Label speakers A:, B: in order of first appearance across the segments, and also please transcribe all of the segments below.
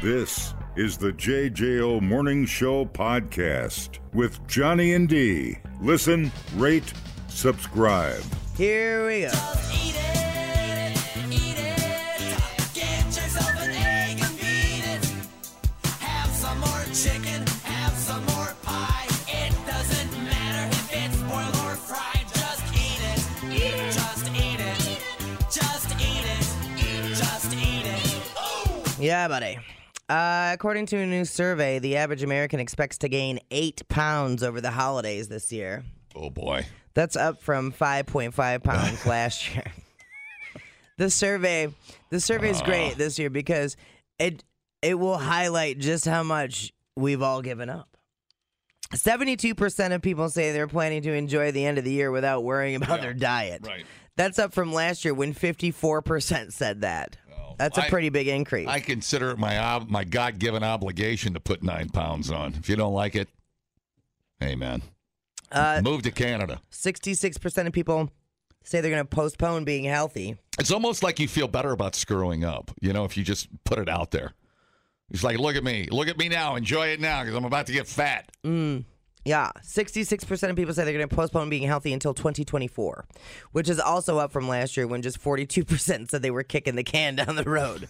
A: This is the JJO Morning Show podcast with Johnny and D. Listen, rate, subscribe.
B: Here we go.
C: Eat it, eat it. Get yourself an egg and beat it. Have some more chicken, have some more pie. It doesn't matter if it's boiled or fried. Just eat it, eat it. Just eat it, just eat it, just eat it. Oh.
B: Yeah, buddy. Uh, according to a new survey, the average American expects to gain eight pounds over the holidays this year.
D: Oh boy.
B: That's up from 5.5 pounds last year. The survey, the survey is great this year because it it will highlight just how much we've all given up. 72% of people say they're planning to enjoy the end of the year without worrying about their diet.
D: right.
B: That's up from last year when 54% said that.
D: Oh,
B: That's a
D: I-
B: pretty big increase.
D: I consider it my ob- my God given obligation to put nine pounds on. If you don't like it, hey man, move to Canada.
B: 66% of people say they're going to postpone being healthy.
D: It's almost like you feel better about screwing up. You know, if you just put it out there. It's like, look at me, look at me now, enjoy it now, because I'm about to get fat.
B: Yeah, 66% of people say they're going to postpone being healthy until 2024, which is also up from last year when just 42% said they were kicking the can down the road.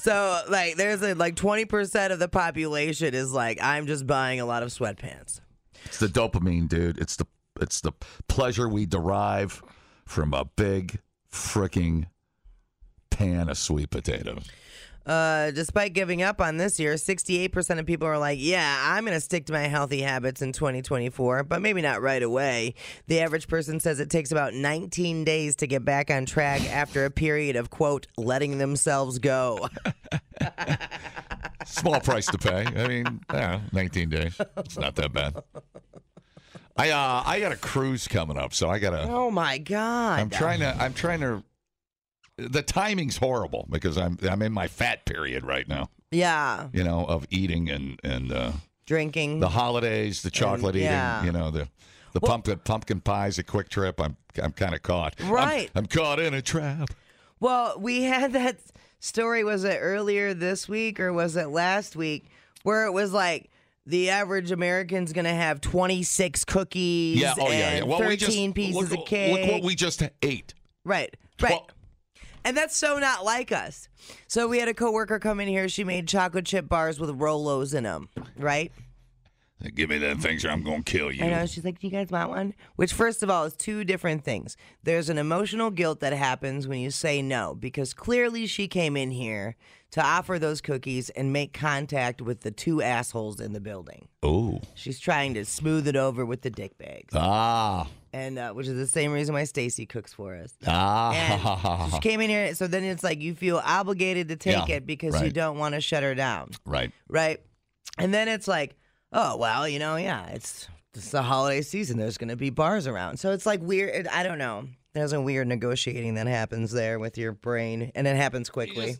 B: so, like, there's a, like 20% of the population is like, I'm just buying a lot of sweatpants.
D: It's the dopamine, dude. It's the it's the pleasure we derive from a big freaking pan of sweet potatoes.
B: Uh, despite giving up on this year, 68% of people are like, yeah, I'm going to stick to my healthy habits in 2024, but maybe not right away. The average person says it takes about 19 days to get back on track after a period of, quote, letting themselves go.
D: Small price to pay. I mean, yeah, 19 days. It's not that bad. I uh, I got a cruise coming up, so I gotta.
B: oh my God.
D: I'm trying to. I'm trying to. The timing's horrible because I'm I'm in my fat period right now.
B: Yeah.
D: You know, of eating and and uh,
B: Drinking.
D: the holidays, the chocolate
B: yeah.
D: eating. You know the. The pumpkin pumpkin pies, a quick trip. I'm I'm kind of caught. I'm-
B: Right.
D: I'm caught in a trap.
B: Well, we had that story. Was it earlier this week or was it last week? Where it was like the average American's going to have 26 cookies
D: Yeah. Oh yeah. yeah.
B: and
D: Well, we just
B: 13 pieces
D: look,
B: of cake.
D: Look what we just ate.
B: right, right.
D: Well,
B: and that's so not like us. So we had a coworker come in here. She made chocolate chip bars with Rolos in them, right?
D: give me that things or I'm gonna kill you.
B: I know. She's like, "Do you guys want one?" Which, first of all, is two different things. There's an emotional guilt that happens when you say no, because clearly she came in here to offer those cookies and make contact with the two assholes in the building.
D: Oh.
B: She's trying to smooth it over with the dick bags,
D: Ah.
B: and uh, which is the same reason why Stacy cooks for us. And so
D: Ah.
B: she came in here, so then it's like you feel obligated to take
D: Yeah,
B: it because you
D: right.
B: don't want to shut her down
D: right.
B: right? And then it's like, oh well, you know, yeah, it's it's the holiday season. There's going to be bars around, so it's like weird. I don't know. There's a weird negotiating that happens there with your brain, and it happens quickly.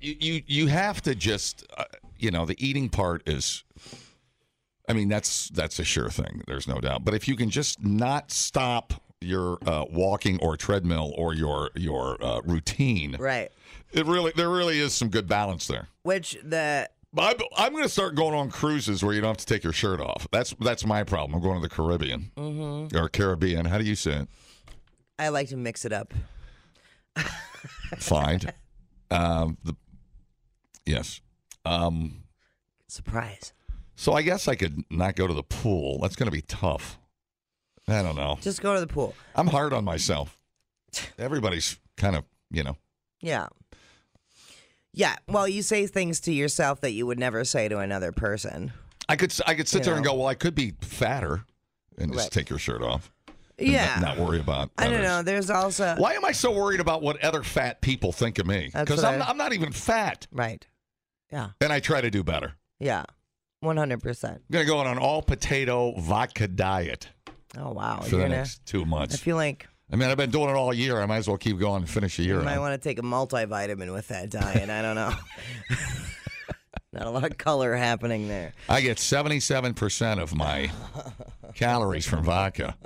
D: You, you you have to just uh, you know the eating part is. I mean that's that's a sure thing. There's no doubt. But if you can just not stop your uh, walking or treadmill or your your uh, routine,
B: right?
D: it really there really is some good balance there.
B: Which the
D: I, I'm going to start going on cruises where you don't have to take your shirt off. That's that's my problem. I'm going to the Caribbean or Caribbean. How do you say it?
B: I like to mix it up.
D: Find. um, the, yes. Um,
B: Surprise!
D: so I guess I could not go to the pool. That's going to be tough. I don't know.
B: Just go to the pool.
D: I'm hard on myself. Everybody's kind of you know.
B: Yeah. Yeah, well, you say things to yourself that you would never say to another person.
D: I could s- I could sit
B: You
D: there and
B: know.
D: go. Well, I could be fatter and just
B: Right.
D: take your shirt off. and not-
B: Yeah,
D: Not, worry about.
B: I don't
D: others.
B: know. There's also
D: Why am I so worried about what other fat people think of me?
B: That's
D: Because
B: what
D: I'm,
B: I-
D: I'm not even fat,
B: right. Yeah,
D: and I try to do better.
B: yeah, one hundred percent.
D: I'm gonna go on an all potato vodka diet
B: Oh wow,
D: for
B: You're
D: the
B: gonna-
D: next two
B: I
D: months.
B: feel like
D: I mean, I've been doing it all year. I might as well keep going and finish a year.
B: You might
D: out.
B: want to take a multivitamin with that diet. I don't know. Not a lot of color happening there.
D: I get 77 percent of my calories from vodka.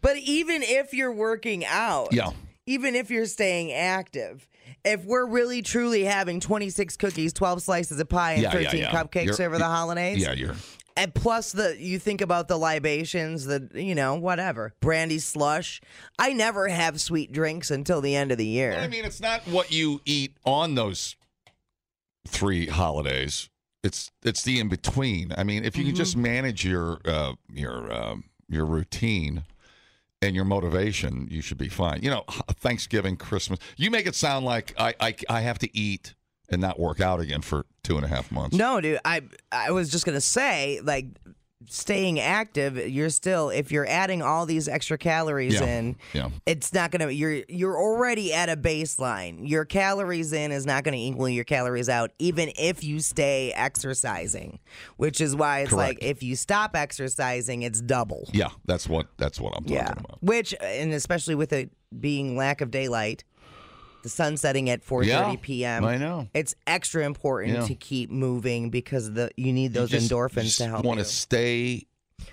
B: But even if you're working out,
D: Yeah.
B: even if you're staying active, if we're really truly having 26 cookies, 12 slices of pie, and
D: Yeah, yeah,
B: 13
D: yeah.
B: cupcakes
D: You're-
B: over the holidays,
D: Yeah, you're.
B: and plus the you think about the libations, the you know whatever brandy slush. I never have sweet drinks until the end of the year.
D: I mean, it's not what you eat on those three holidays. It's it's the in between. I mean, if
B: Mm-hmm.
D: you can just manage your uh, your um, your routine and your motivation, you should be fine. You know, Thanksgiving, Christmas. You make it sound like I I, I have to eat and not work out again for two and a half months.
B: No, dude. I I was just gonna say like staying active. You're still if you're adding all these extra calories
D: Yeah.
B: in.
D: Yeah.
B: It's not gonna. You're you're already at a baseline. Your calories in is not gonna equal your calories out, even if you stay exercising, which is why it's
D: Correct.
B: like if you stop exercising, it's double.
D: Yeah, that's what that's what I'm talking
B: Yeah.
D: about.
B: Which and especially with it being lack of daylight, the sun setting at 4:30
D: Yeah,
B: p.m.
D: I know.
B: It's extra important
D: Yeah.
B: to keep moving because the you need those endorphins to help
D: Want
B: you.
D: to stay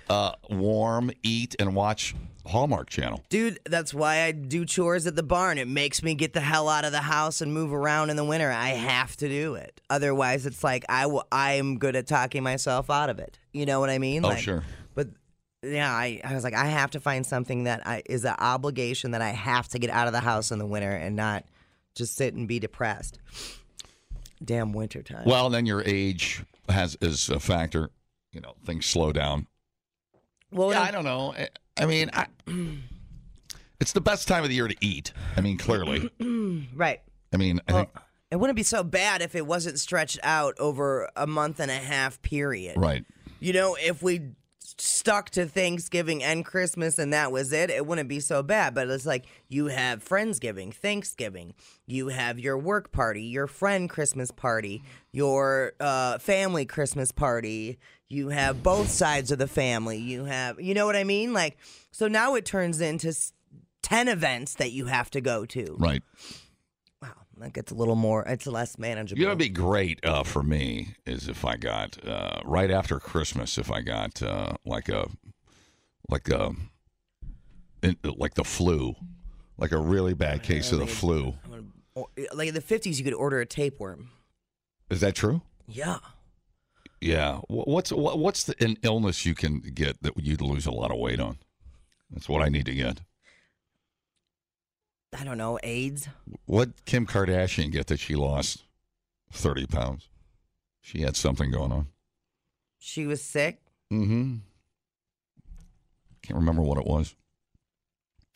D: uh, warm, eat, and watch Hallmark Channel.
B: Dude, that's why I do chores at the barn. It makes me get the hell out of the house and move around in the winter. I have to do it. Otherwise, it's like I w- I'm good at talking myself out of it. You know what I mean?
D: Oh,
B: Like,
D: sure.
B: But yeah, I, I was like, I have to find something that I, is an obligation that I have to get out of the house in the winter and not just sit and be depressed. Damn winter time.
D: Well, then your age has is a factor. You know, things slow down.
B: Well,
D: yeah, I don't know. I, I mean, I, it's the best time of the year to eat. I mean, clearly.
B: right.
D: I mean, I think,
B: It wouldn't be so bad if it wasn't stretched out over a month and a half period.
D: right.
B: You know, if we stuck to Thanksgiving and Christmas and that was it, it wouldn't be so bad. But it's like you have Friendsgiving, Thanksgiving, you have your work party, your friend Christmas party, your uh, family Christmas party. You have both sides of the family. You have, you know what I mean? Like, so now it turns into s- 10 events that you have to go to.
D: Right.
B: Wow. That gets a little more, it's less manageable.
D: You know, it'd be great uh, for me is if I got uh, right after Christmas. If I got uh, like a like a in- like the flu, like a really bad case of the flu.
B: Or- oh, like in the 50s, you could order a tapeworm.
D: Is that true?
B: Yeah.
D: Yeah. Wh- What's wh- what's the, an illness you can get that you'd lose a lot of weight on? That's what I need to get.
B: I don't know, AIDS.
D: What Kim Kardashian get that she lost thirty pounds? She had something going on.
B: She was sick.
D: Mm-hmm. Can't remember what it was.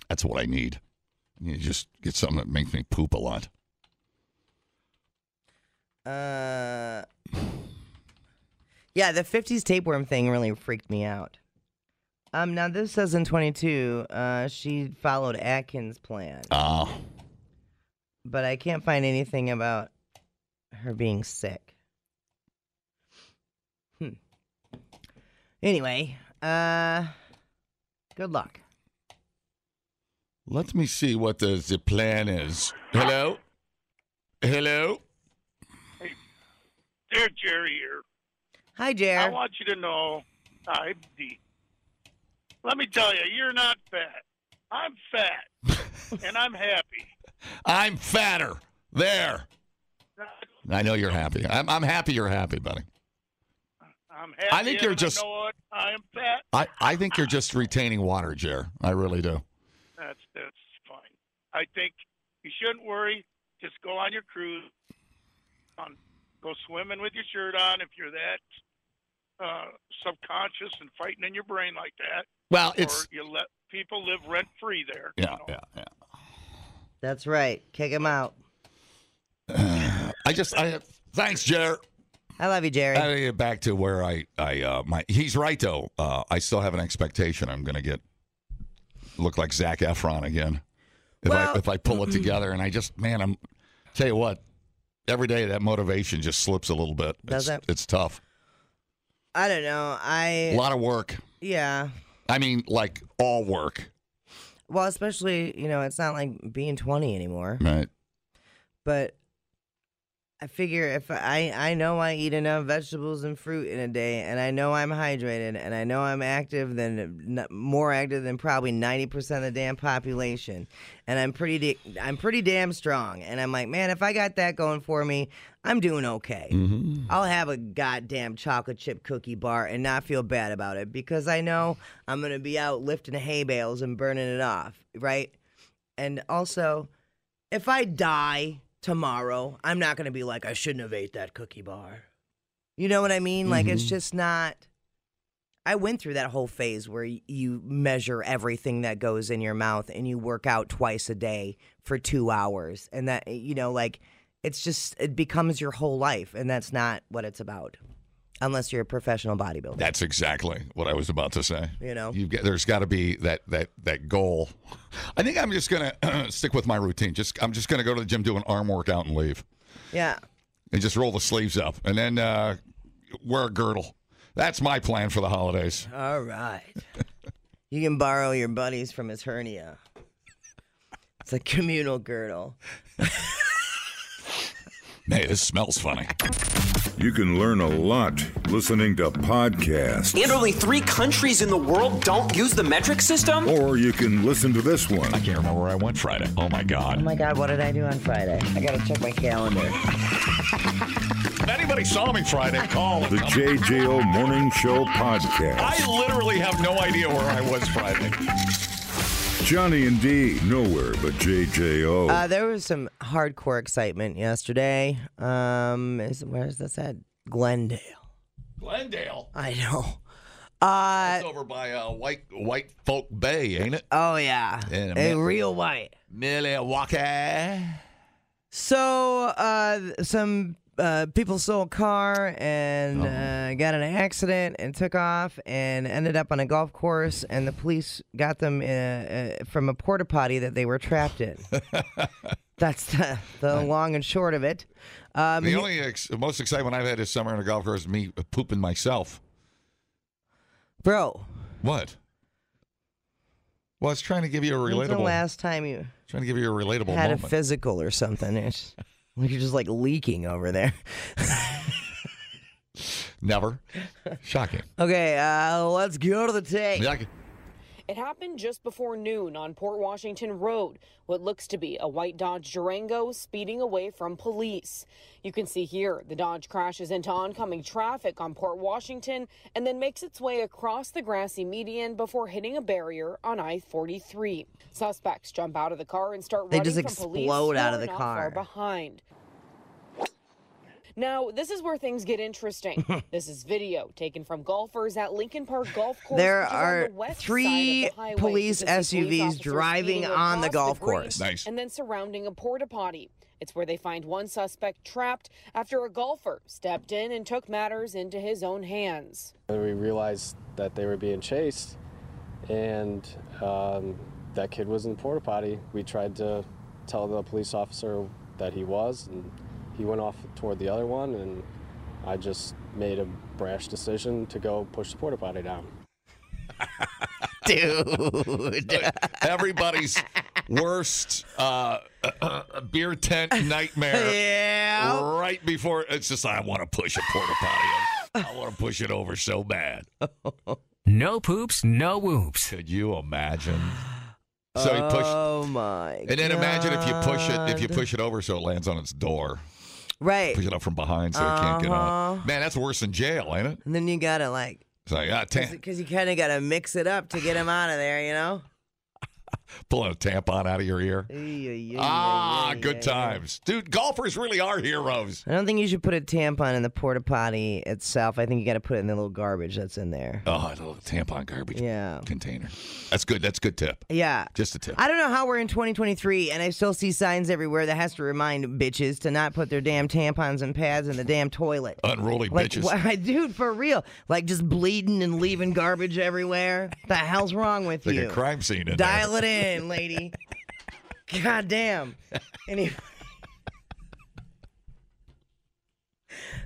D: That's what I need. You just get something that makes me poop a lot.
B: Uh, yeah, the 50s tapeworm thing really freaked me out. Um, now this says in 22, uh, she followed Atkins' plan,
D: Ah,
B: but I can't find anything about her being sick. Hmm. Anyway, uh, good luck.
D: let me see what the, the plan is. Hello, hello.
E: Dear Jerry here,
B: Hi,
E: I
B: Jer.
E: want you to know I'm deep. Let me tell you, you're not fat. I'm fat, and I'm happy.
D: I'm fatter. There. I know you're happy. I'm, I'm happy you're happy, buddy.
E: I'm happy.
D: I think you're
E: and
D: just-
E: I know it. I am fat.
D: I, I think you're just retaining water, Jer. I really do.
E: That's that's fine. I think you shouldn't worry. Just go on your cruise. On, go swimming with your shirt on if you're that uh, subconscious and fighting in your brain like that,
D: Well, it's
E: or you let people live rent free there. you
D: yeah,
E: know?
D: yeah, yeah.
B: That's right. Kick him out.
D: I just I have thanks, Jer.
B: I love you, Jerry.
D: I gotta get back to where I I uh, my he's right though. Uh, I still have an expectation. I'm gonna get look like Zach Efron again if
B: Well-
D: I if I pull it together. And I just man, I'm tell you what, every day that motivation just slips a little bit.
B: Does
D: it's,
B: it?
D: It's tough.
B: I don't know.
D: A
B: I
D: lot of work.
B: yeah.
D: I mean, like all work.
B: Well, especially you know, it's not like being twenty anymore.
D: Right.
B: But I figure if I I know I eat enough vegetables and fruit in a day, and I know I'm hydrated, and I know I'm active than n- more active than probably ninety percent of the damn population, and I'm pretty da- I'm pretty damn strong, and I'm like, man, if I got that going for me, I'm doing okay. I'll have a goddamn chocolate chip cookie bar and not feel bad about it because I know I'm gonna be out lifting hay bales and burning it off, right? And also, if I die tomorrow, I'm not going to be like, I shouldn't have ate that cookie bar. You know what I mean? Like, it's just not. I went through that whole phase where y- you measure everything that goes in your mouth and you work out twice a day for two hours. And that, you know, like, it's just, it becomes your whole life. And that's not what it's about, unless you're a professional bodybuilder.
D: That's exactly what I was about to say.
B: You know?
D: You've got, there's got to be that that that goal. I think I'm just gonna stick with my routine. Just I'm just gonna go to the gym, do an arm workout, and leave,
B: Yeah.
D: and just roll the sleeves up, and then uh, wear a girdle. That's my plan for the holidays.
B: All right. you can borrow your buddies from his hernia. It's a communal girdle.
D: Hey, this smells funny.
A: You can learn a lot listening to podcasts,
F: And only three countries in the world don't use the metric system?
A: or you can listen to this one.
D: I can't remember where I went Friday. Oh my
B: Oh
D: god!
B: my God, what did I do on Friday? I gotta check my calendar.
D: If anybody saw me Friday, call.
A: The JJO Morning Show
D: I
A: podcast.
D: literally have no idea where I was Friday.
A: Johnny and D, nowhere but JJO.
B: Uh, there was some hardcore excitement yesterday. Um, is, where's this at? Glendale.
D: Glendale.
B: I know. Uh,
D: It's over by uh, White White Folk Bay, ain't it?
B: oh yeah,
D: In a
B: a
D: minute.
B: real white.
D: Milwaukee.
B: So, uh, th- some uh, people stole a car and
D: Oh.
B: uh, got in an accident and took off and ended up on a golf course, and the police got them uh, uh, from a porta potty that they were trapped in. That's the, the long and short of it. Um,
D: The
B: he-
D: only ex- most excitement I've had this summer on a golf course is me pooping myself.
B: bro,
D: What? Well, I was trying to give you a
B: when's the
D: relatable.
B: last time you
D: trying to give you a relatable
B: had
D: moment.
B: a physical or something? It's, like you're just like leaking over there.
D: Never. Shocking.
B: Okay, uh, let's go to the tape.
D: Yeah, I could-
G: It happened just before noon on Port Washington Road, what looks to be a white Dodge Durango speeding away from police. You can see here the Dodge crashes into oncoming traffic on Port Washington and then makes its way across the grassy median before hitting a barrier on I 43. Suspects jump out of the car and start
B: They
G: running
B: just
G: from police
B: explode
G: who
B: out of
G: are
B: the
G: not
B: car.
G: Far behind. Now, this is where things get interesting. this is video taken from golfers at Lincoln Park Golf Course.
B: There
G: which is on
B: are
G: the west side of
B: three
G: the highway. You
B: police
G: can see
B: SUVs
G: officers
B: driving
G: speeding
B: on the
G: across
B: golf
G: green
B: course.
D: Nice.
G: And then surrounding a porta potty. It's where they find one suspect trapped after a golfer stepped in and took matters into his own hands.
H: And we realized that they were being chased, and um, that kid was in porta potty. We tried to tell the police officer that he was, and he went off toward the other one, and I just made a brash decision to go push the porta potty down.
B: Dude.
D: everybody's worst uh, beer tent nightmare.
B: yeah.
D: Right before it's just, I want to push a porta potty. I want to push it over so bad.
F: No poops, no whoops.
D: Could you imagine? So he pushed,
B: Oh my!
D: and then imagine if you push it, if you
B: God.
D: push it over so it lands on its door.
B: right,
D: push it up from behind so it can't get
B: Uh-huh.
D: on. Man, that's worse than jail, ain't it?
B: and then you gotta like,
D: It's like, ah, tam-
B: because you kind of gotta mix it up to get him out of there, you know.
D: pulling a tampon out of your ear.
B: Ay, ay, ay, ay,
D: Ah,
B: ay, ay.
D: good times. Dude, golfers really are heroes.
B: I don't think you should put a tampon in the porta potty itself. I think you gotta put it in the little garbage that's in there.
D: Oh, a little tampon garbage
B: Yeah.
D: container. That's good. That's a good tip.
B: Yeah.
D: Just a tip.
B: I don't know how we're in 2023 and I still see signs everywhere that has to remind bitches to not put their damn tampons and pads in the damn toilet.
D: Unruly
B: Like,
D: Uh, bitches.
B: why- dude, for real. Like, just bleeding and leaving garbage everywhere. The hell's wrong with
D: Like
B: you?
D: a crime scene in
B: Dial it in, lady. God damn. Any-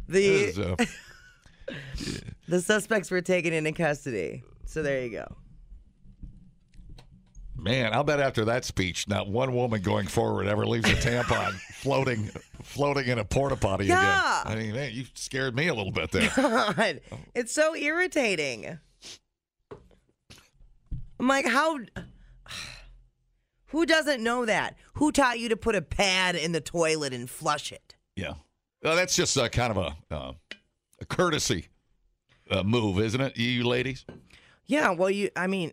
D: there. This is,
B: the,
D: uh,
B: the suspects were taken into custody. So there you go.
D: Man, I'll bet after that speech, not one woman going forward ever leaves a tampon floating, floating in a porta potty
B: Yeah.
D: again. I mean, man, you scared me a little bit there.
B: God, it's so irritating. I'm like, how? Who doesn't know that? Who taught you to put a pad in the toilet and flush it?
D: Yeah. Well, that's just uh, kind of a, uh, a courtesy uh, move, isn't it, you ladies?
B: Yeah, well, you. I mean,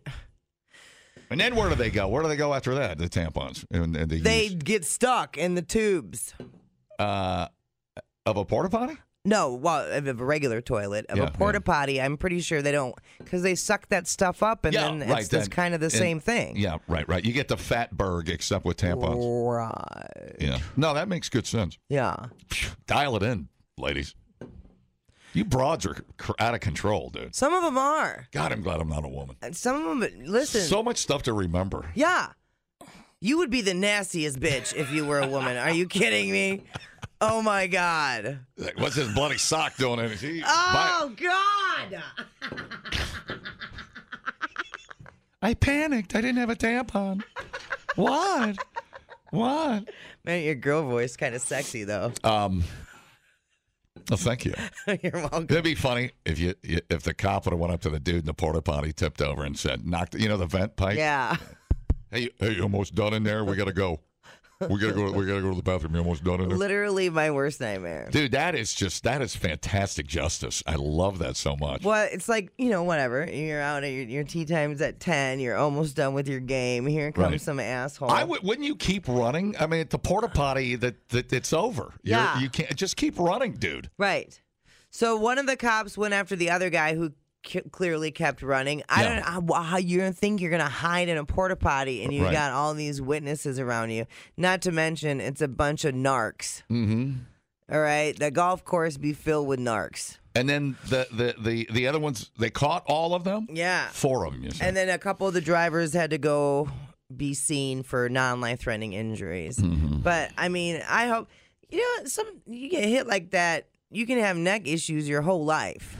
D: And then where do they go? Where do they go after that? The tampons and, and the
B: they
D: use,
B: get stuck in the tubes.
D: uh, of a porta potty.
B: No, well, of a regular toilet, of
D: Yeah, yeah.
B: a porta potty. I'm pretty sure they don't because they suck that stuff up, and then it's
D: then.
B: it's kind of the
D: And-
B: same thing.
D: Yeah, right, right. You get the Fatberg except with tampons.
B: Right.
D: Yeah. No, that makes good sense.
B: Yeah.
D: Phew, Dial it in, ladies. You broads are cr- out of control, dude.
B: Some of them are.
D: God, I'm glad I'm not a woman.
B: And Some of them. Listen.
D: So much stuff to remember.
B: Yeah. You would be the nastiest bitch if you were a woman. Are you kidding me? Oh my god.
D: Like, what's this bloody sock doing in it? He- my-
B: Oh god.
D: I panicked. I didn't have a tampon. What? What?
B: Man, your girl voice kind of sexy though.
D: Um. Oh, thank you.
B: You're welcome.
D: It'd be funny if you if the cop would have went up to the dude in the porta potty, tipped over, and said, "Knocked," you know, the vent pipe.
B: Yeah.
D: Hey, hey, you almost done in there. We gotta go. We gotta go. We gotta go to the bathroom. You almost done in there.
B: Literally my worst nightmare.
D: Dude, that is just that is fantastic justice. I love that so much.
B: Well, it's like you know, whatever. You're out at your, your tea time's at ten. You're almost done with your game. Here comes
D: Right.
B: some asshole.
D: I would, wouldn't you keep running? I mean, at the porta potty, that, that it's over. You're-
B: Yeah.
D: you can't just keep running, dude.
B: Right. So one of the cops went after the other guy who c- clearly kept running. I
D: Yeah.
B: don't know how- how you don't think you're going to hide in a porta potty and you
D: Right.
B: got all these witnesses around you. Not to mention, it's a bunch of narcs. Mm-hmm. right. The golf course be filled with narcs.
D: And then the the the, the other ones, they caught all of them.
B: Yeah.
D: four of them. You said.
B: And then a couple of the drivers had to go be seen for non-life threatening injuries.
D: Mm-hmm.
B: But I mean, I hope you know some you get hit like that, you can have neck issues your whole life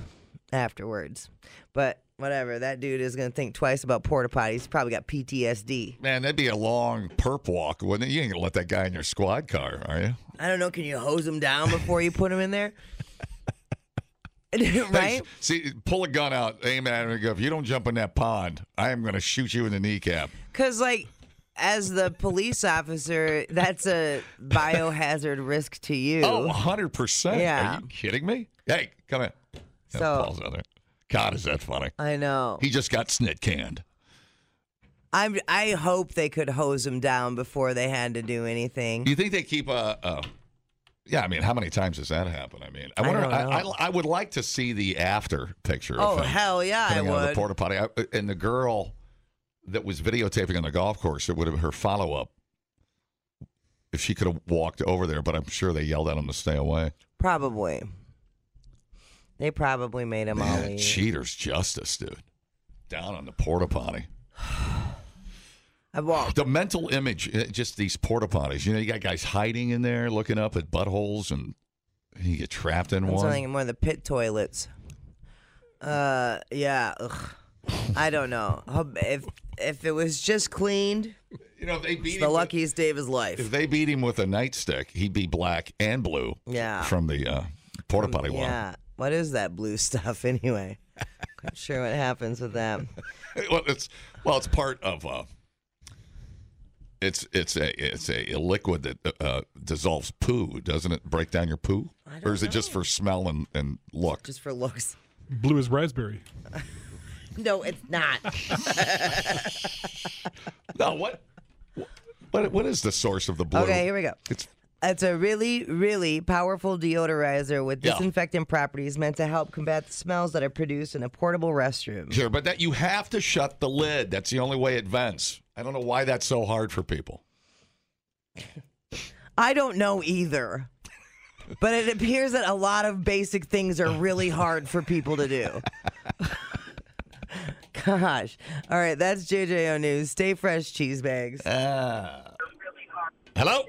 B: afterwards. But whatever, that dude is going to think twice about porta potties. He's Probably got PTSD.
D: Man, that'd be a long perp walk, wouldn't it? You ain't gonna let that guy in your squad car, are you?
B: I don't know, can you hose him down before you put him in there? right?
D: Thanks. See, pull a gun out, aim at him, and go. If you don't jump in that pond, I am gonna shoot you in the kneecap.
B: Cuz like as the police officer, that's a biohazard risk to you.
D: Oh, 100 percent.
B: Yeah.
D: Are you kidding me? Hey, come in. That
B: So-
D: falls out there. God, is that funny?
B: I know.
D: He just got snit canned.
B: I'm, I hope they could hose him down before they had to do anything.
D: You think they keep a? a yeah, I mean, how many times has that happened? I mean, I
B: I
D: wonder.
B: don't
D: I,
B: know.
D: I, I would like to see the after picture.
B: Oh,
D: of him
B: hell yeah, I
D: coming out of the
B: would.
D: porta potty, I, and the girl that was videotaping on the golf course. It would have her follow up. If she could have walked over there, but I'm sure they yelled at him to stay away.
B: Probably. They probably made him all
D: Man,
B: leave.
D: cheaters justice, dude. Down on the porta potty.
B: I walked.
D: The mental image, uh, just these porta potties. You know, you got guys hiding in there, looking up at buttholes, and you get trapped in
B: I'm
D: one.
B: telling you, more of the pit toilets. Uh, yeah. Ugh. I don't know. Hope- If if it was just cleaned,
D: You know, if they beat
B: the
D: him with-
B: luckiest day of his life.
D: if they beat him with a nightstick, he'd be black and blue.
B: Yeah.
D: From the uh, porta potty water.
B: Yeah. What is that blue stuff anyway? Not sure what happens with that.
D: Well, it's well, it's part of. Uh, it's it's a it's a, liquid that uh, dissolves poo, doesn't it? Break down your poo, or is it just for smell and, and look?
B: Just for looks.
I: Blue as raspberry.
B: No, it's not.
D: no, what, what what is the source of the blue?
B: Okay, here we go.
D: It's
B: It's a really, really powerful deodorizer with
D: Yeah.
B: disinfectant properties meant to help combat the smells that are produced in a portable restroom.
D: Sure, but that you have to shut the lid. That's the only way it vents. I don't know why that's so hard for people.
B: I don't know either. But it appears that a lot of basic things are really hard for people to do. Gosh. All right, that's JJO News. Stay fresh, cheese bags.
D: Hello,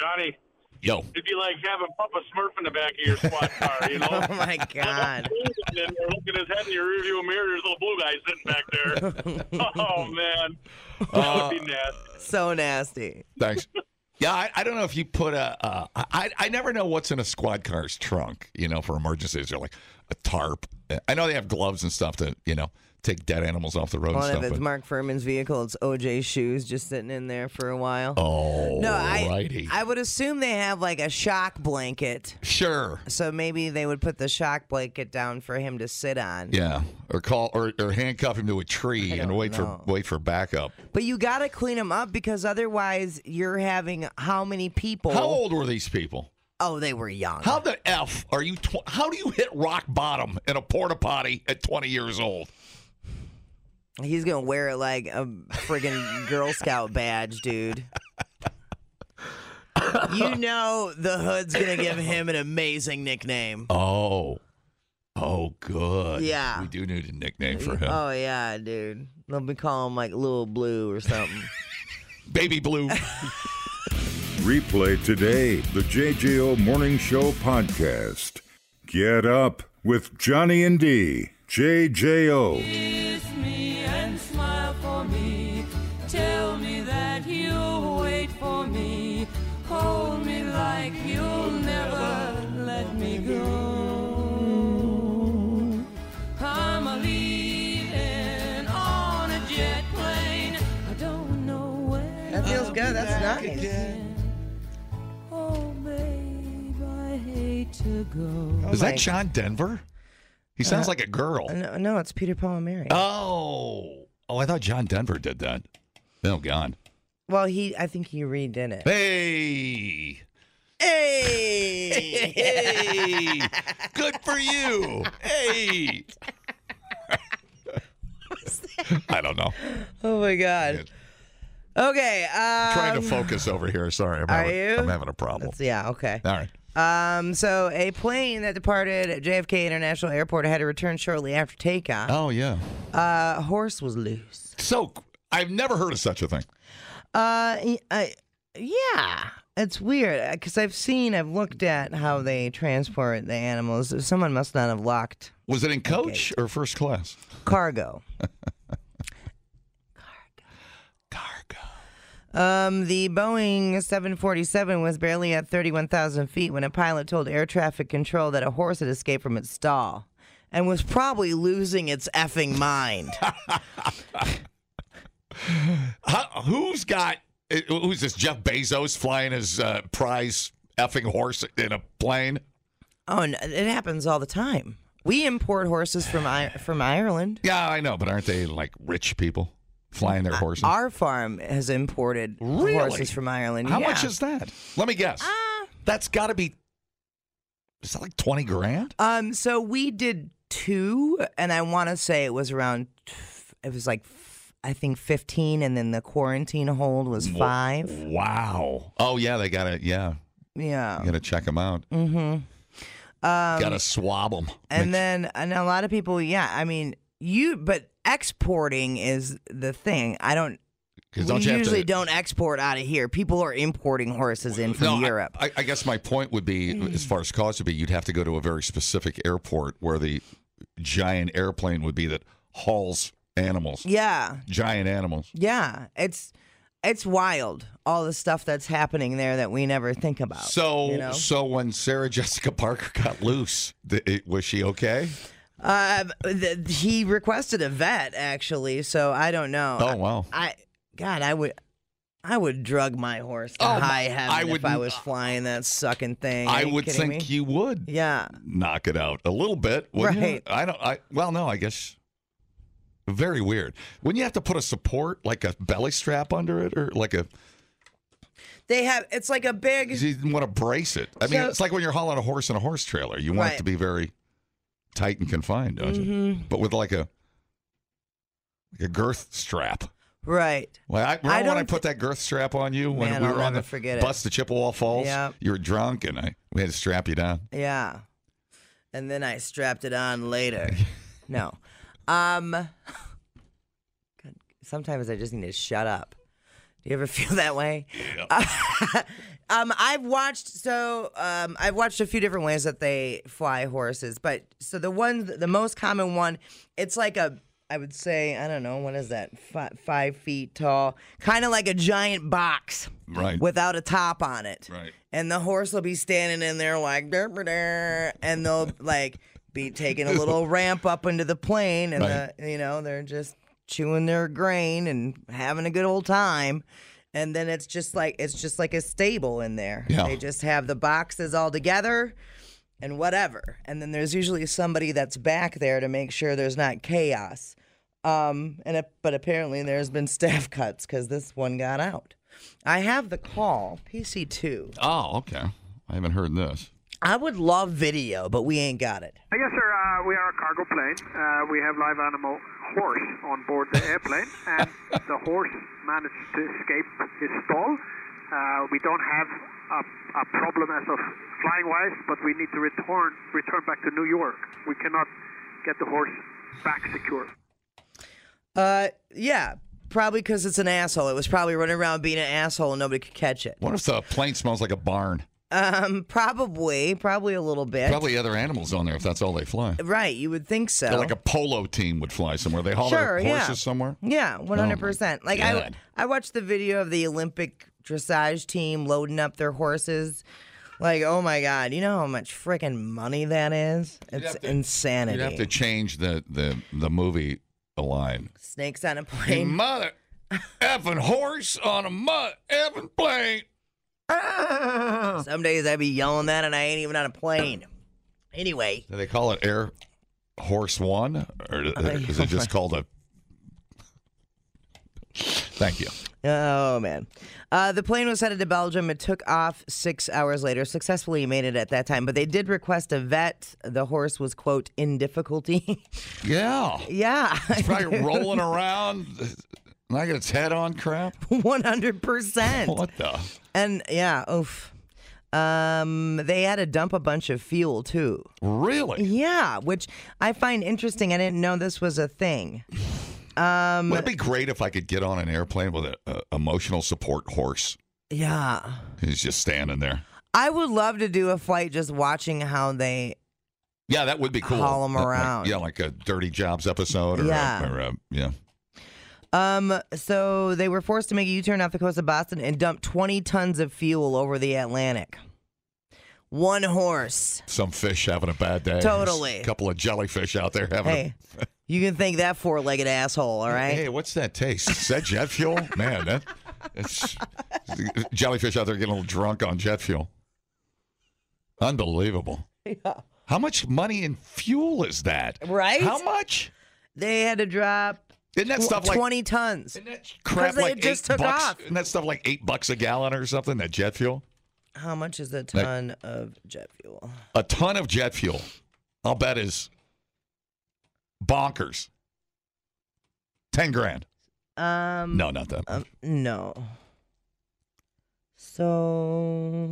E: Johnny,
D: Yo.
E: It'd be like having Papa Smurf in the back of your squad car, you know?
B: Oh my god.
E: and then we're looking at his head in your rearview mirror. There's a little blue guy sitting back there. oh man, that would be nasty.
B: so nasty.
D: Thanks. Yeah, I, I don't know if you put a. Uh, I I never know what's in a squad car's trunk. You know, for emergencies, they're like a tarp. I know they have gloves and stuff to you know take dead animals off the road.
B: One
D: and
B: of
D: stuff,
B: it's
D: but-
B: Mark Furman's vehicle. It's OJ's shoes just sitting in there for a while.
D: Oh,
B: no, I,
D: righty.
B: I would assume they have like a shock blanket.
D: sure.
B: So maybe they would put the shock blanket down for him to sit on.
D: Yeah, or call or, or handcuff him to a tree and
B: don't
D: wait
B: know.
D: for wait for backup.
B: But you got to clean them up because otherwise you're having how many people?
D: How old were these people?
B: Oh, they were young.
D: How the f are you? Tw- how do you hit rock bottom in a porta potty at 20 years old?
B: He's going to wear it like a friggin' Girl Scout badge, dude. you know the hood's going to give him an amazing nickname.
D: Oh, oh, good.
B: Yeah.
D: we do need a nickname for him.
B: Oh, yeah, dude. Let me call him like Little Blue or something.
D: Baby blue.
A: Replay today the JJO Morning Show podcast. Get up with Johnny and D. JJO.
C: Kiss me and smile for me. Tell me that you'll wait for me. Hold me like you'll never let me go. I'm a leaving on a jet plane. I don't know where.
B: That feels good. That's nice.
C: Oh, babe, I hate to go.
D: Is
B: Oh my- Uh,
D: that John Denver? He sounds like a girl.
B: No, no, it's Peter Paul and Mary.
D: Oh, oh, I thought John Denver did that. Oh God.
B: well, he, I think he redid it.
D: Hey.
B: Hey!
D: Hey, good for you. Hey. I don't know.
B: Oh my God. Okay. Um,
D: Trying to focus over here. Sorry, I'm,
B: are
D: having,
B: you?
D: I'm having a problem.
B: That's- yeah. Okay.
D: All right.
B: Um. So a plane that departed at JFK International Airport had to return shortly after takeoff.
D: Oh yeah.
B: Uh, horse was loose.
D: So I've never heard of such a thing.
B: Uh. y- I- yeah. It's weird because I've seen, I've looked at how they transport the animals. Someone must not have locked
D: Was it in coach or first class?
B: cargo.
D: Cargo.
B: Um, the Boeing 747 was barely at 31,000 feet when a pilot told air traffic control that a horse had escaped from its stall and was probably losing its effing mind.
D: How, who's got? eh, Who's this? Jeff Bezos flying his uh, prize effing horse in a plane?
B: oh, and it happens all the time. We import horses from I- from Ireland.
D: Yeah, I know, but aren't they like rich people flying their horses?
B: Our farm has imported
D: Really?
B: horses from Ireland.
D: How
B: yeah. Uh,
D: much is that? Let me guess. That's got to be. Is that like twenty grand?
B: Um, so we did two, and I want to say it was around. It was like, I think fifteen, and then the quarantine hold was five.
D: Wow. Oh yeah, they got to yeah.
B: Yeah.
D: You got to check them out. Mm-hmm. got to swab them.
B: Um, And then and a lot of people, yeah, I mean, you but exporting is the thing. I don't
D: Because
B: we usually don't export out of here. People are importing horses in from
D: I-
B: Europe.
D: I, I guess my point would be, as far as cost would be, you'd have to go to a very specific airport where the giant airplane would be that hauls animals,
B: yeah.
D: giant animals.
B: Yeah. It's it's wild all the stuff that's happening there that we never think about.
D: So,
B: you know?
D: so when Sarah Jessica Parker got loose, th- it, was she okay?
B: um th- he requested a vet actually, so I don't know.
D: Oh wow!
B: I God, I would I would drug my horse to
D: Oh,
B: high
D: I
B: heaven if
D: would- uh,
B: I was flying that sucking thing. Are
D: I
B: you
D: would
B: kidding
D: think
B: me?
D: you would
B: Yeah.
D: knock it out a little bit. wouldn't you?
B: Right.
D: I don't. I well, no. I guess very weird. Wouldn't you have to put a support like a belly strap under it or like a?
B: They have it's like a big
D: You didn't want to brace it. I mean,
B: So-
D: it's like when you're hauling a horse in a horse trailer. You want
B: Right. Mm-hmm.
D: it to be very tight and confined, don't you? But with like a like a girth strap.
B: right.
D: Well, I remember when I
B: don't
D: put that girth strap on you when
B: Man,
D: we
B: I'll
D: were on
B: never
D: the
B: forget it.
D: bus to Chippewa Falls.
B: Yep.
D: You were drunk, and I we had to strap you down.
B: Yeah. And then I strapped it on later. no. Um God, sometimes I just need to shut up. Do you ever feel that way? Um, I've watched so um, I've watched a few different ways that they fly horses, but so the one the most common one, it's like a I would say I don't know what is that five, five feet tall, kind of like a giant box,
D: Right.
B: Without a top on it,
D: Right.
B: And the horse will be standing in there like "Der, der, der," and they'll like be taking a little ramp up into the plane, and
D: Right.
B: the, you know they're just chewing their grain and having a good old time and then it's just like it's just like a stable in there.
D: Yeah.
B: They just have the boxes all together and whatever. And then there's usually somebody that's back there to make sure there's not chaos. Um, and it, but apparently there's been staff cuts because this one got out. I have the call PC two.
D: Oh, okay. I haven't heard this.
B: I would love video, but we ain't got it.
I: Yes, sir. Uh, we are a cargo plane. Uh, we have live animal horse on board the airplane, and the horse managed to escape his stall. Uh, we don't have a, a problem as of flying wise, but we need to return return back to New York. We cannot get the horse back secure.
B: Uh, yeah, probably because it's an asshole. It was probably running around being an asshole and nobody could catch it.
D: What if the plane smells like a barn?
B: Um, probably, probably a little bit.
D: Probably other animals on there if that's all they fly.
B: Right, you would think so.
D: They're like a polo team would fly somewhere. They haul
B: Sure,
D: their
B: yeah.
D: horses somewhere.
B: Yeah, one hundred percent. Like I,
D: Oh God.
B: I watched the video of the Olympic dressage team loading up their horses. Like, oh my god, you know how much freaking money that is? It's
D: have to-
B: insanity.
D: You'd have to change the the the movie a line.
B: Snakes on a
D: A
B: plane.
D: mother effing horse on a mother effing plane. Ah.
B: Some days I'd be yelling that, and I ain't even on a plane. Anyway,
D: Do they call it Air Horse One, or is it just called a? Thank you.
B: oh man, uh, the plane was headed to Belgium. It took off six hours later. Successfully made it at that time, but they did request a vet. The horse was quote in difficulty.
D: Yeah,
B: yeah,
D: it's probably rolling around. Not got its head on crap.
B: one hundred percent.
D: What the?
B: And yeah, oof. Um, they had to dump a bunch of fuel too.
D: Really?
B: Yeah, which I find interesting. I didn't know this was a thing.
D: Would it be great if I could get on an airplane with an emotional support horse
B: Yeah.
D: who's just standing there?
B: I would love to do a flight just watching how they
D: Yeah, that would be cool.
B: Haul 'em
D: Like- like-
B: around.
D: yeah, like a Dirty Jobs episode, or
B: Yeah.
D: A, or a, yeah.
B: um so they were forced to make a U-turn off the coast of Boston and dump 20 tons of fuel over the Atlantic. One horse.
D: some fish having a bad day.
B: Totally.
D: a couple of jellyfish out there having.
B: Hey. You can thank that four-legged asshole, all
D: a,
B: right?
D: hey, what's that taste? Is that jet fuel? Man, that it's jellyfish out there getting a little drunk on jet fuel. Unbelievable. How much money in fuel is that?
B: Right?
D: How much?
B: They had to drop
D: Isn't that
B: tw-
D: stuff like
B: 20 tons.
D: Isn't that crap
B: they
D: like
B: just
D: eight
B: took
D: bucks?
B: off.
D: Isn't that stuff like eight bucks a gallon or something? That jet fuel?
B: How much is a ton of jet fuel?
D: A ton of jet fuel. I'll bet is bonkers. Ten grand.
B: Um,
D: No, not that.
B: um, no. So,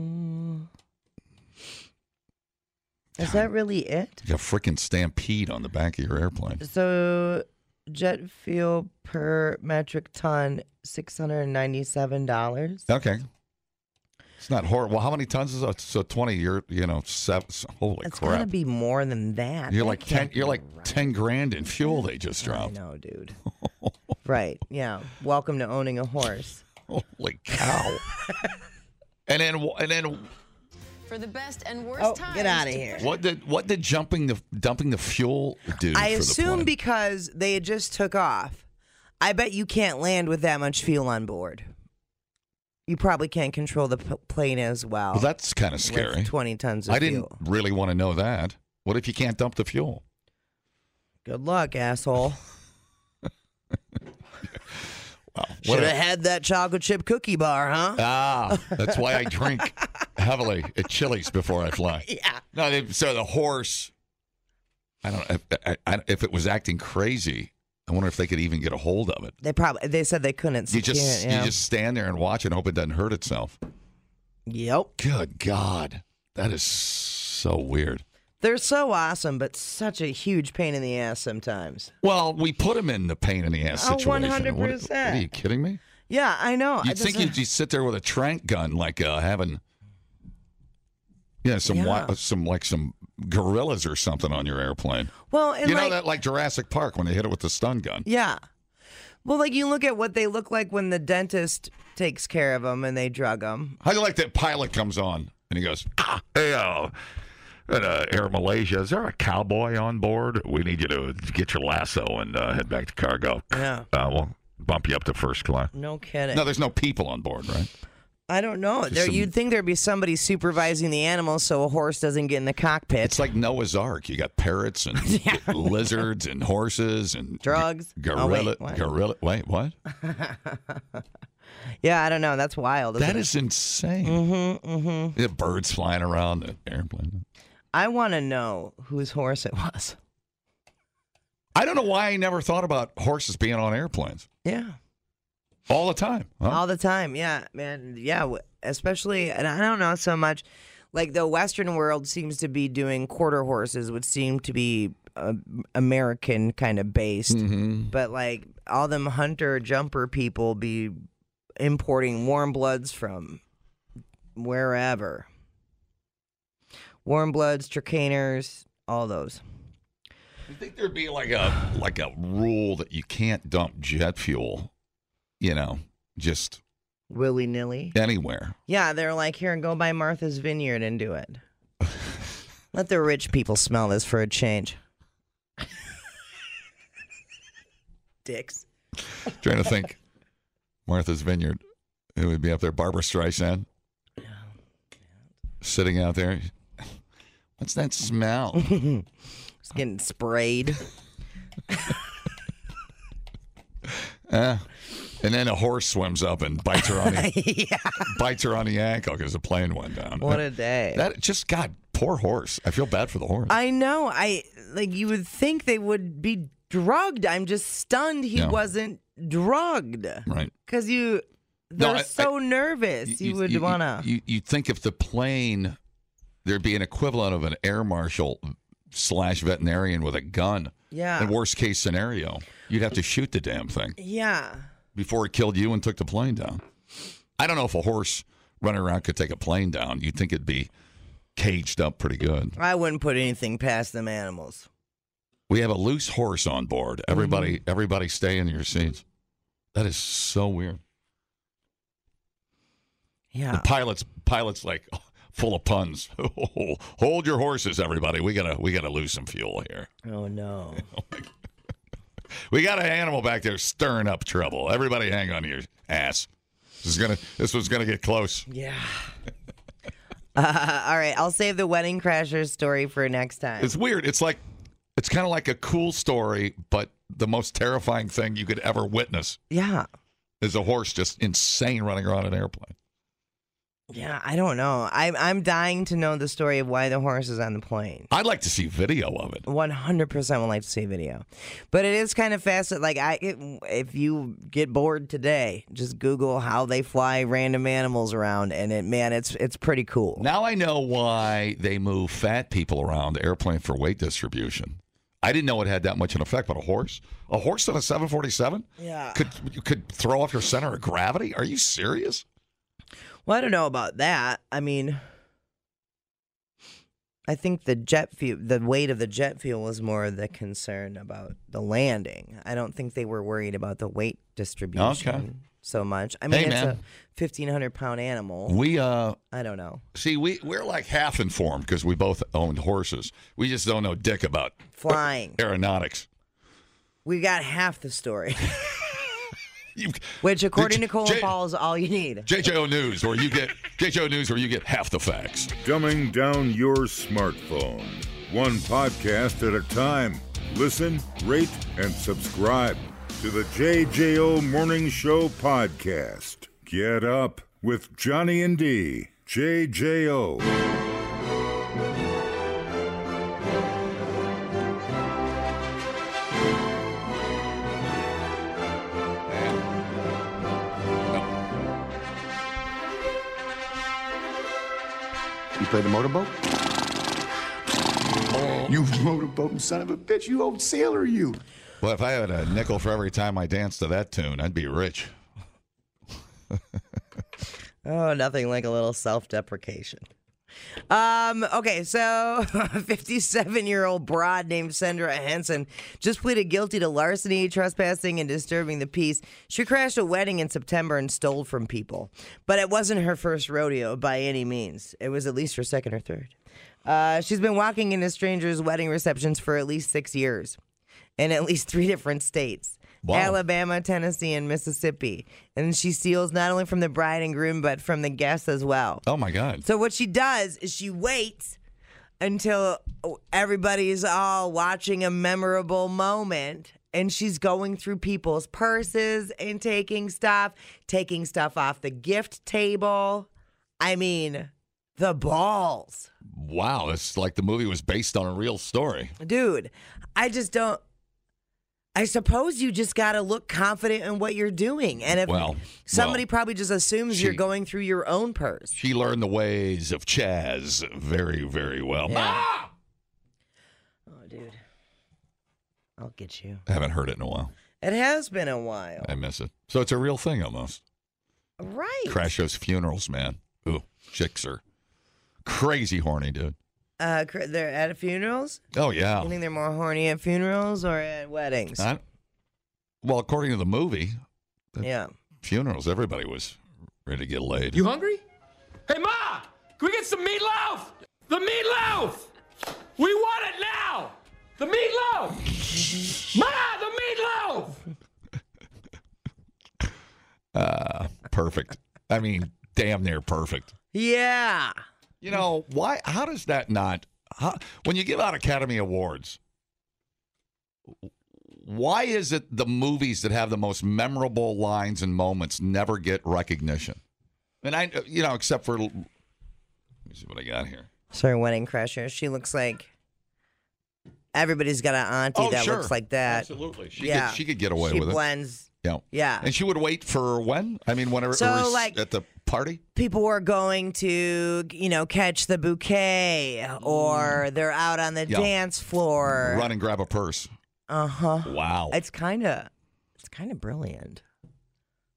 B: is that really it?
D: You got a freaking stampede on the back of your airplane.
B: So, jet fuel per metric ton, six hundred and ninety-seven dollars.
D: Okay. It's not horrible. Well, how many tons is it? So twenty. You're you know seven. Holy
B: It's
D: crap!
B: gotta be more than that.
D: you're
B: That
D: like uh, ten.
B: can't
D: You're
B: be
D: like
B: right.
D: ten grand in fuel they just
B: I
D: dropped.
B: know, dude. right? Yeah. Welcome to owning a horse.
D: Holy cow! and then wh- and then
J: For the best and worst
B: Oh,
J: times.
B: get out of
J: to-
B: here.
D: what did what did jumping the dumping the fuel do?
B: I
D: for
B: assume
D: the plane?
B: because they had just took off. I bet you can't land with that much fuel on board. You probably can't control the p- plane as well.
D: well, that's kind of
B: with
D: scary.
B: Twenty tons of
D: I didn't
B: fuel.
D: really want to know that. What if you can't dump the fuel?
B: Good luck, asshole.
D: Wow. What
B: Should have
D: a-
B: Oh, had that chocolate chip cookie bar, huh?
D: Ah, that's why I drink heavily at Chili's before I fly.
B: yeah.
D: No, they, so the horse. I don't. If, I, I, if it was acting crazy, I wonder if they could even get a hold of it.
B: They probably they said they couldn't.
D: You
B: secure
D: just
B: it, yeah.
D: you just stand there and watch and hope it doesn't hurt itself.
B: yep.
D: Good God, that is so weird.
B: They're so awesome, but such a huge pain in the ass sometimes.
D: Well, we put him in the pain in the ass
B: Oh,
D: situation. What-
B: 100%.
D: What, are you kidding me?
B: Yeah, I know.
D: You'd
B: It
D: think
B: doesn't-
D: you'd just sit there with a trank gun, like uh, having, yeah, some wi-
B: Yeah.
D: some like some gorillas or something on your airplane.
B: Well, and
D: you know
B: like-
D: that like Jurassic Park when they hit it with the stun gun.
B: Yeah. Well, like you look at what they look like when the dentist takes care of them and they drug them.
D: How do you like that pilot comes on and he goes, ah, hey, uh, at, uh, Air Malaysia, is there a cowboy on board? We need you to get your lasso and uh, head back to cargo.
B: Yeah.
D: Uh, we'll bump you up to first class.
B: No kidding.
D: No, there's no people on board, right?
B: I don't know.
D: Just
B: There,
D: some-
B: you'd think there'd be somebody supervising the animals so a horse doesn't get in the cockpit.
D: It's like Noah's Ark. You got parrots and lizards and horses and
B: Drugs. Oh, wait,
D: gorilla.
B: what?
D: gorilla. Wait, what?
B: yeah, I don't know. That's wild.
D: That
B: isn't it?
D: is insane.
B: Mm-hmm, mm-hmm.
D: Yeah, birds flying around the airplane.
B: I want to know whose horse it was.
D: I don't know why I never thought about horses being on airplanes
B: Yeah.
D: all the time. huh?
B: All the time. Yeah, man. Yeah, w- especially, and I don't know so much. Like the Western world seems to be doing quarter horses, which seem to be uh, American kind of based. But like all them hunter jumper people be importing warm bloods from wherever. Warm bloods, tricaners, all those.
D: You think there'd be like a like a rule that you can't dump jet fuel, you know, just
B: Willy nilly.
D: anywhere?
B: Yeah, they're like, here, go by Martha's Vineyard and do it. Let the rich people smell this for a change. Dicks.
D: trying to think, Martha's Vineyard, who would be up there? Barbara Streisand, sitting out there. What's that smell?
B: Just getting sprayed.
D: Eh. And then a horse swims up and bites her on the
B: yeah.
D: bites her on the ankle because the plane went down.
B: What a day.
D: that just God, poor horse. I feel bad for the horse.
B: I know. I like you would think they would be drugged. I'm just stunned he
D: Yeah.
B: wasn't drugged.
D: right.
B: Cause you they're
D: I- I-
B: so nervous. You, would wanna
D: You you think if the plane, there'd be an equivalent of an air marshal slash veterinarian with a gun.
B: Yeah.
D: In worst case scenario, you'd have to shoot the damn thing
B: Yeah.
D: before it killed you and took the plane down. I don't know if a horse running around could take a plane down. You'd think it'd be caged up pretty good.
B: I wouldn't put anything past them animals.
D: We have a loose horse on board. Everybody, everybody, stay in your seats. That is so weird.
B: Yeah.
D: The pilots, pilots like full of puns. Oh, Hold your horses, everybody. We gotta, we gotta lose some fuel here.
B: Oh no.
D: We got an animal back there stirring up trouble. Everybody, hang on to your ass. This is gonna, this was gonna get close.
B: Yeah. Uh, all right, I'll save the wedding crashers story for next time.
D: It's weird. It's like, it's kind of like a cool story, but the most terrifying thing you could ever witness
B: yeah.
D: is a horse just insane running around an airplane.
B: Yeah, I don't know. I'm I'm dying to know the story of why the horse is on the plane.
D: I'd like to see video of it.
B: 100% would like to see video. But it is kind of fast. Like, I, it- if you get bored today, just Google how they fly random animals around, and it, man, it's it's pretty cool.
D: Now I know why they move fat people around the airplane for weight distribution. I didn't know it had that much an effect, but a horse, a horse on a 747,
B: Yeah.
D: could could throw off your center of gravity. Are you serious?
B: Well, I don't know about that. I mean, I think the jet fuel, the weight of the jet fuel was more the concern about the landing. I don't think they were worried about the weight distribution so much. I mean,
D: Hey,
B: it's
D: man.
B: a 1,500 pound animal.
D: We uh
B: I don't know.
D: see we we're like half informed because we both owned horses. We just don't know dick about
B: Flying.
D: aeronautics.
B: We got half the story,
D: You,
B: which, according
D: J-
B: to Cole
D: J-
B: and Paul, is all you need.
D: JJO News, where you get JJO News, where you get half the facts.
A: Dumbing down your smartphone. One podcast at a time. Listen, rate, and subscribe to the JJO Morning Show podcast. Get up with Johnny and D. JJO.
K: You play the motorboat? You motorboat son of a bitch. You old sailor, you.
D: Well, if I had a nickel for every time I danced to that tune, I'd be rich.
B: Oh, nothing like a little self deprecation. Um, okay, so a 57 year old broad named Sandra Henson just pleaded guilty to larceny, trespassing, and disturbing the peace. She crashed a wedding in September and stole from people, but it wasn't her first rodeo by any means. It was at least her second or third. Uh, she's been walking into strangers' wedding receptions for at least six years in at least three different states.
C: Wow.
B: Alabama, Tennessee, and Mississippi. And she steals not only from the bride and groom, but from the guests as well.
D: Oh my God.
B: So what she does is she waits until everybody's all watching a memorable moment and she's going through people's purses and taking stuff, taking stuff off the gift table. I mean, the balls.
D: Wow, it's like the movie was based on a real story.
B: Dude, I just don't I suppose you just got to look confident in what you're doing. And if
D: Well,
B: somebody
D: well,
B: probably just assumes you're
D: she-
B: going through your own purse.
D: She learned the ways of Chaz very, very well.
B: Yeah. Oh, dude. I'll get you.
D: I haven't heard it in a while.
B: It has been a while.
D: I miss it. So it's a real thing almost.
B: Right.
D: Crashos funerals, man. Ooh, chicks are crazy horny, dude.
B: Uh, cr- they're at funerals?
D: Oh yeah.
B: You think they're more horny at funerals or at weddings?
D: I- well, according to the movie,
B: yeah.
D: funerals, everybody was ready to get laid.
L: You hungry? Hey, Ma! Can we get some meatloaf? The meatloaf! We want it now! The meatloaf! Ma, the meatloaf!
D: Uh, perfect. I mean, damn near perfect.
B: Yeah.
D: You know why? How does that not? How, when you give out Academy Awards, why is it the movies that have the most memorable lines and moments never get recognition? And I, you know, except for let me see what I got here.
B: Sorry, wedding crasher. She looks like everybody's got an auntie
D: Oh,
B: that
D: sure.
B: looks like that.
D: Absolutely. She
B: yeah.
D: could, she could get away
B: She
D: with it.
B: blends.
D: Yeah.
B: Yeah.
D: And she would wait for when? I mean, whenever
B: So,
D: it was
B: like-
D: at the party.
B: people were going to, you know, catch the bouquet or they're out on the
D: Mm. Yeah.
B: dance floor.
D: Run and grab a purse.
B: Uh huh.
D: Wow.
B: It's kind of, it's kind of brilliant.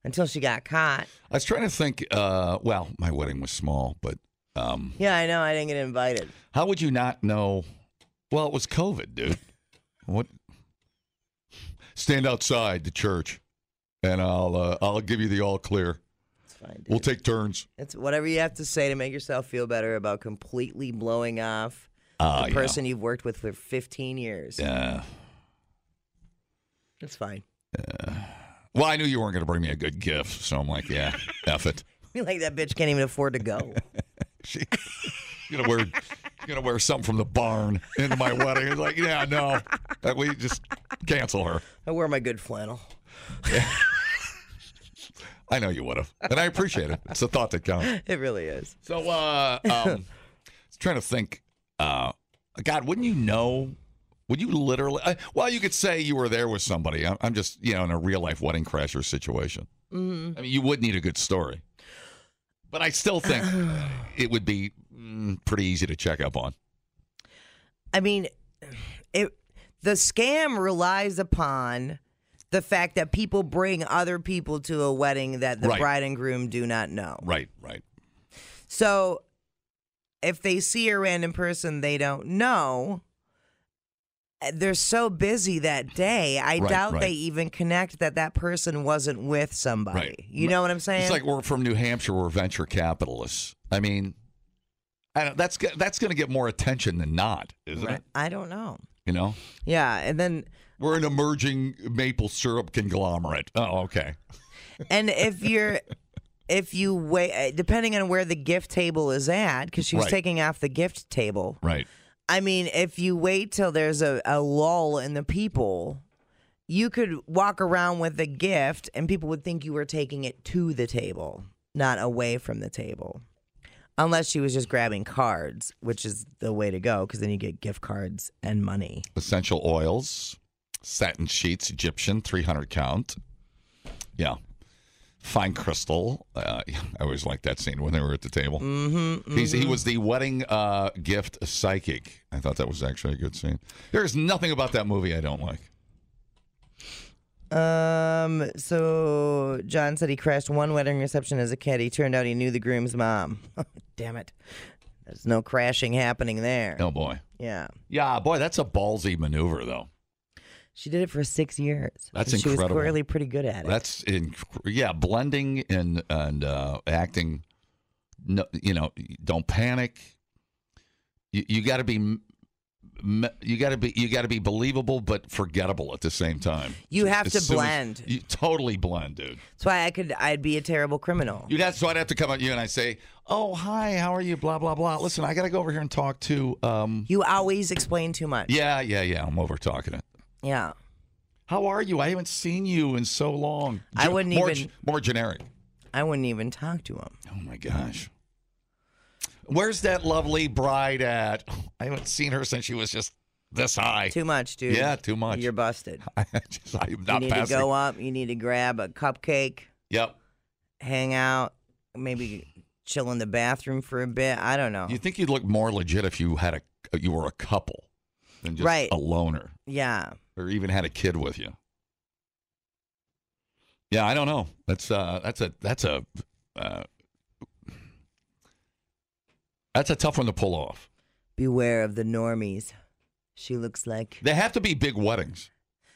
B: Until she got caught.
D: I was trying to think. Uh, well, my wedding was small, but um,
B: Yeah, I know. I didn't get invited.
D: how would you not know? Well, it was COVID, dude. What? Stand outside the church, and I'll uh, I'll give you the all clear.
B: fine.
D: We'll take turns.
B: It's whatever you have to say to make yourself feel better about completely blowing off
D: Ah,
B: the
D: yeah.
B: person you've worked with for 15 years.
D: Yeah.
B: It's fine.
D: Well, I knew you weren't going to bring me a good gift, so I'm like, yeah, F it.
B: You like that bitch can't even afford to go.
D: You're gonna wear you're gonna wear something from the barn into my wedding. It's like, yeah, no, that we just cancel her.
B: I wear my good flannel.
D: I know you would have, and I appreciate it. It's a thought that counts.
B: It really is.
D: So, uh, um, I was trying to think. Uh, God, wouldn't you know? Would you literally? Uh, well, you could say you were there with somebody. I'm, I'm just, you know, in a real life wedding crasher situation. I mean, you would need a good story, but I still think uh, it would be mm, pretty easy to check up on.
B: I mean, it the scam relies upon the fact that people bring other people to a wedding that the
D: Right.
B: bride and groom do not know.
D: Right, right.
B: So if they see a random person they don't know, eh, they're so busy that day. I
D: Right,
B: doubt
D: right.
B: they even connect that that person wasn't with somebody. You know what I'm saying?
D: It's like we're from New Hampshire, we're venture capitalists. I mean, I don't, that's go- that's going to get more attention than not, isn't it?
B: I don't know.
D: You know,
B: Yeah, and then
D: we're an emerging maple syrup conglomerate. Oh, okay.
B: And if you're, if you wait, uh, depending on where the gift table is at, because she was
D: Right.
B: taking off the gift table.
D: Right.
B: I mean, if you wait till there's a, a lull in the people, you could walk around with a gift and people would think you were taking it to the table, not away from the table. Unless she was just grabbing cards, which is the way to go, because then you get gift cards and money.
D: Essential oils, satin sheets, Egyptian, 300 count. Yeah. Fine crystal. Uh, I always liked that scene when they were at the table.
B: Mm-hmm.
D: He's, he was the wedding uh, gift psychic. I thought that was actually a good scene. There is nothing about that movie I don't like.
B: Um. So John said he crashed one wedding reception as a kid. He turned out he knew the groom's mom. Damn it! There's no crashing happening there.
D: Oh boy.
B: Yeah.
D: Yeah, boy, that's a ballsy maneuver though.
B: She did it for six years.
D: That's
B: and She was
D: incredible.
B: clearly pretty good at it.
D: That's in yeah, blending and and uh, acting. No, you know, don't panic. You, you got to be. m- m- You got to be you got to be believable but forgettable at the same time.
B: You have to
D: soon as-
B: blend.
D: you totally blend, dude.
B: That's why I could. I'd be a terrible criminal.
D: You that's so I'd have to come at you and I say, "Oh, hi, how are you?" Blah blah blah. Listen, I got to go over here and talk to. Um,
B: You always explain too much.
D: yeah, yeah, yeah. I'm over talking it.
B: Yeah.
D: How are you? I haven't seen you in so long.
B: I wouldn't
D: more,
B: even-
D: g- more generic.
B: I wouldn't even talk to him.
D: Oh my gosh. Where's that lovely bride at? I haven't seen her since she was just this high.
B: Too much, dude.
D: Yeah, too much.
B: You're busted.
D: I just, I'm
B: You
D: not
B: need
D: passing.
B: to go up. You need to grab a cupcake.
D: Yep.
B: Hang out. Maybe chill in the bathroom for a bit. I don't know.
D: You think you'd look more legit if you had a you were a couple than just
B: Right.
D: a loner
B: yeah.
D: or even had a kid with you. Yeah, I don't know. That's uh that's a that's a uh, that's a tough one to pull off.
B: Beware of the normies. She looks like
D: They have to be big weddings.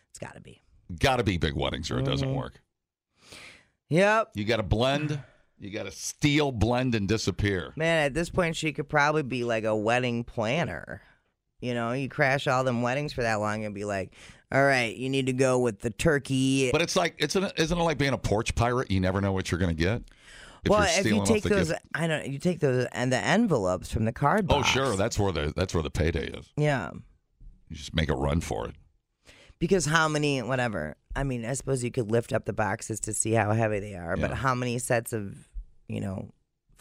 B: it's got to be.
D: Got to be big weddings or it
B: Mm-hmm.
D: doesn't work.
B: Yep.
D: You got to blend. You got to steal, blend, and disappear.
B: Man, at this point, she could probably be like a wedding planner. You know, you crash all them weddings for that long and be like, all right, you need to go with the turkey.
D: But it's like it's an, isn't it like being a porch pirate? You never know what you're going to get.
B: well,
D: you're
B: if you
D: stealing off
B: take
D: the
B: those,
D: gift-
B: I don't. You take those and the envelopes from the card
D: oh
B: box.
D: sure, that's where the that's where the payday is.
B: Yeah,
D: You just make a run for it.
B: because how many? Whatever. I mean, I suppose you could lift up the boxes to see how heavy they are, but
D: Yeah.
B: how many sets of, you know,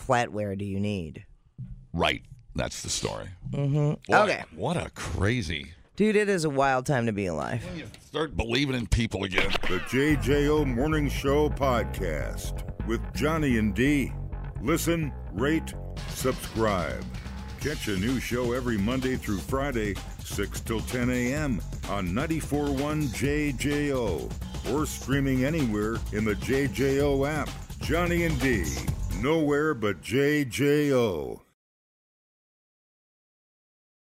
B: flatware do you need?
D: Right. That's the story.
B: hmm
D: What
B: Okay,
D: A, what a crazy.
B: dude, it is a wild time to be alive.
D: Start believing in people again.
A: The JJO Morning Show podcast with Johnny and D. Listen, rate, subscribe. Catch a new show every Monday through Friday, 6 till 10 a.m. on 94.1 JJO or streaming anywhere in the JJO app. Johnny and D. Nowhere but JJO.